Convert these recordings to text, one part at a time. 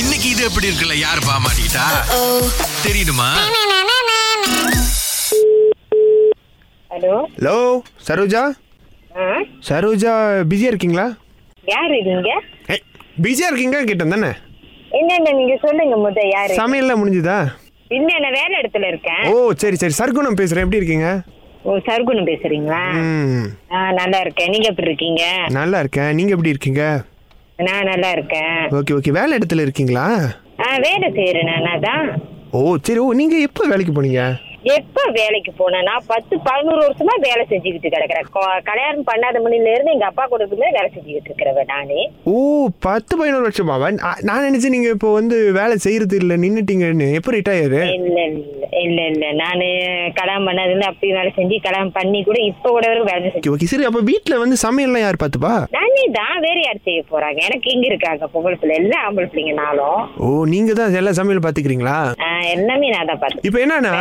இன்னைக்கு இது எப்படி இருக்குல்ல யார் பாமாட்டா தெரியுமா ஹலோ ஹலோ சரோஜா ஆ சரோஜா பிஸியாக இருக்கீங்களா யாரு நீங்க பிஸியாக இருக்கீங்க கேட்டேன் தானே என்னென்ன நீங்க சொல்லுங்க முத யாரு சமையல்லாம் முடிஞ்சுதா இல்ல நான் வேற இடத்துல இருக்கேன் ஓ சரி சரி சர்க்குணம் பேசுகிறேன் எப்படி இருக்கீங்க ஓ சர்க்குன்னு பேசுறீங்களா ம் ஆ நல்லா இருக்கேன் நீங்க எப்படி இருக்கீங்க நல்லா இருக்கேன் நீங்கள் எப்படி இருக்கீங்க நான் நல்லா இருக்கேன் ஓகே ஓகே வேலை இடத்துல இருக்கீங்களா ஆ வேலை செய்யறேன் நான் அதான் ஓ சரி ஓ நீங்கள் எப்போ வேலைக்கு போனீங்க எப்ப வேலைக்கு போனேன் நான் பத்து பதினோரு வருஷமா வேலை செஞ்சுக்கிட்டு கிடக்குறேன் கொ- கல்யாணம் பண்ணாத மணில இருந்து எங்க அப்பா கூட இருக்கும்போது வேலை செஞ்சுக்கிட்டு இருக்கிறவன் நானு ஓ பத்து பதினோரு வருஷமாவா நான் நான் நினச்சேன் நீங்கள் இப்போ வந்து வேலை செய்கிறது இல்லை நின்றுட்டீங்கன்னு எப்போ ரிட்டையரு இல்ல இல்ல இல்ல இல்ல நானு கல்யாணம் பண்ணாதுல இருந்து அப்பயும் வேலை செஞ்சு கல்யாணம் பண்ணி கூட இப்ப கூட வரைக்கும் வேலை செஞ்சு ஓகே ஓகே சரி அப்போ வீட்டில் வந்து சமையல்லாம் யார் பார்த்துப்பா நானே தான் வேற யார் செய்ய போறாங்க எனக்கு இங்க இருக்காங்க பொங்கல் பிள்ளை எல்லாம் ஆம்பளை பிள்ளைங்கனாலும் ஓ நீங்கள் தான் எல்லா சமையல் பார்த்துக்கிறீங்களா ஆஹ் எல்லாமே நான் தான் பார்த்து இப்போ என்னன்னா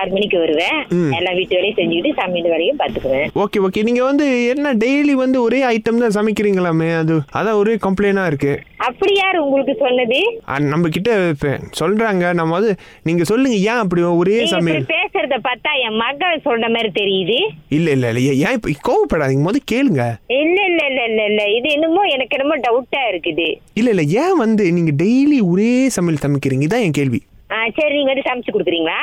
ஆறு மணிக்கு வருவேன் எல்லா வீட்டு வேலையும் செஞ்சுக்கிட்டு சமையல் வேலையும் பாத்துக்குவேன் ஓகே ஓகே நீங்க வந்து என்ன டெய்லி வந்து ஒரே ஐட்டம் தான் சமைக்கிறீங்களாமே அது அதான் ஒரே கம்ப்ளைண்டா இருக்கு அப்படி யார் உங்களுக்கு சொன்னது அ- நம்ம கிட்ட இப்ப சொல்றாங்க நம்ம வந்து நீங்க சொல்லுங்க ஏன் அப்படி ஒரே நீங்க இப்படி சமையல் பேசுறத பார்த்தா என் மகள் சொல்ற மாதிரி தெரியுது இல்ல இல்ல இல்ல ஏன் ஏன் இப்ப கோவப்படாதீங்க முத கேளுங்க இல்ல இல்ல இல்ல இல்ல இல்ல இது என்னமோ எனக்கு என்னமோ டவுட்டா இருக்குது இல்ல இல்ல ஏன் வந்து நீங்க டெய்லி ஒரே சமையல் சமைக்கிறீங்க இதான் என் கேள்வி ஆஹ் சரி நீங்க வந்து சமைச்சு கொடுக்குறீங்களா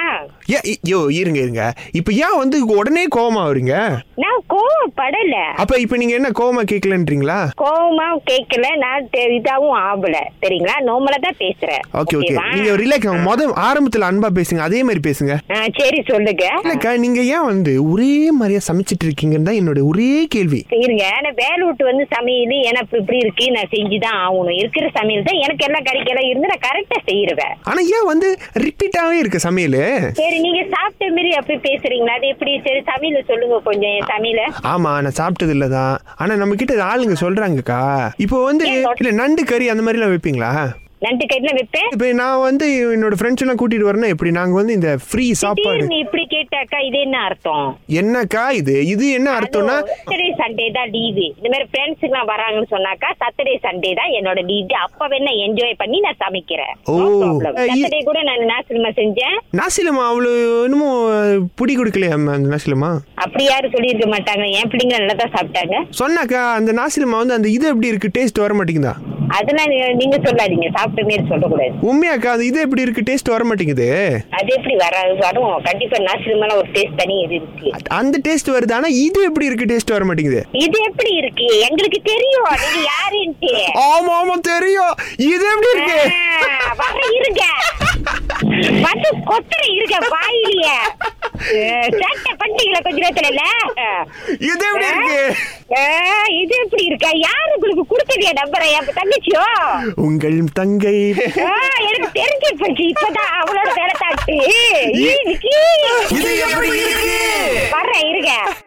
ஏன் இ- யோ இருங்க இருங்க இப்ப ஏன் வந்து உடனே கோவமா வரீங்க நான் கோவப்படல அப்ப இப்ப நீங்க என்ன கோவமா கேட்கலன்றீங்களா கோவமா கேட்கல நான் தெ- இதாவும் ஆகல சரிங்களா நார்மலா தான் பேசுறேன் ஓகே ஓகே ஓகேவா? நீங்க ரிலாக்ஸ் ஆகும் முத ஆரம்பத்துல அன்பா பேசுங்க அதே மாதிரி பேசுங்க ஆ, சரி சொல்லுங்க இல்லக்கா நீங்க ஏன் வந்து ஒரே மாதிரியா சமைச்சிட்டு இருக்கீங்கன்னு தான் என்னோட ஒரே கேள்வி இருங்க நான் வேலை விட்டு வந்து சமையல் எனக்கு இப்படி இருக்கு நான் செஞ்சுதான் ஆகணும் இருக்கிற சமையல் தான் எனக்கு எல்லாம் கறிக்கெல்லாம் இருந்து நான் கரெக்டா செய்யறேன் ஆனா ஏன் வந்து ரிப்பீட்டாவே இருக்கு சமையல் சரி நீங்க சாப்பிட்ட மாரி அப்படி பேசுறீங்களா அது எப்படி சரி சமையல சொல்லுங்க கொஞ்சம் என் சமையல ஆமா நான் சாப்பிட்டது இல்லதான் ஆனா நம்ம கிட்ட ஆளுங்க சொல்றாங்கக்கா இப்போ வந்து இல்ல நண்டு கறி அந்த மாதிரி எல்லாம் வைப்பீங்களா நண்டு கைட்ல வைப்பேன் இப்போ நான் வந்து என்னோட ஃப்ரெண்ட்ஸ் எல்லாம் கூட்டிட்டு வரேன்னா எப்படி நாங்க வந்து இந்த ஃப்ரீ சாப்பாடு திடீர்னு இப்படி கேட்டாக்கா இது என்ன அர்த்தம் என்னக்கா இது இது என்ன அர்த்தம்னா சாட்டர்டே சண்டே தான் லீவு இந்த மாதிரி ஃப்ரெண்ட்ஸுக்கு நான் வராங்கன்னு சொன்னாக்கா சாட்டர்டே சண்டே தான் என்னோட லீவு அப்ப வேணா என்ஜாய் பண்ணி நான் சமைக்கிறேன் ஓ. அஹ், இ- சாட்டர்டே கூட நான் நாசிரமா செஞ்சேன் நாசிலமா அவ்வளோ இன்னமும் பிடி கொடுக்கலையா அந்த நாசிலமா அப்படி யாரும் சொல்லியிருக்க மாட்டாங்க என் பிள்ளைங்க நல்லா தான் சாப்பிட்டாங்க சொன்னாக்கா அந்த நாசிலமா வந்து அந்த இது எப்படி இருக்கு டேஸ்ட் வர மாட்டேங்குதா அதெல்லாம் நீங்க- நீங்க சொல்லாதீங்க சாப்பிட்ட மாரி சொல்லக்கூடாது உண்மையாக்கா அது இது எப்படி இருக்கு டேஸ்ட் வர மாட்டேங்குது அது எப்படி வராது வரும் கண்டிப்பா நாசிரமால ஒரு டேஸ்ட் தனி இது இருக்கு அந்த டேஸ்ட் வருது ஆனா இது எப்படி இருக்கு டேஸ்ட் வர மாட்டேங்குது இது எப்படி இருக்கு எங்களுக்கு தெரியும் நீங்க யாருன்ட்டு ஆமா ஆமா தெரியும் இது எப்படி இருக்கு ஆ, வர இருங்க வந்து கொத்துற இருக்க வாயிலிய சேட்டை பண்ணிட்டீங்களா கொஞ்ச நேரத்துல இல்ல இது எப்படி இருக்கு ஆ, இது எப்படி இருக்கா யாரு உங்களுக்கு கொடுத்தலையா நம்பரை என் தங்கச்சியோ உங்கள் தங்கை ஆ, எனக்கு தெரிஞ்சு போச்சு இப்பதான் அவளோட வேலை தாட்டு இது எப்படி இருக்கு வர்றேன் இருங்க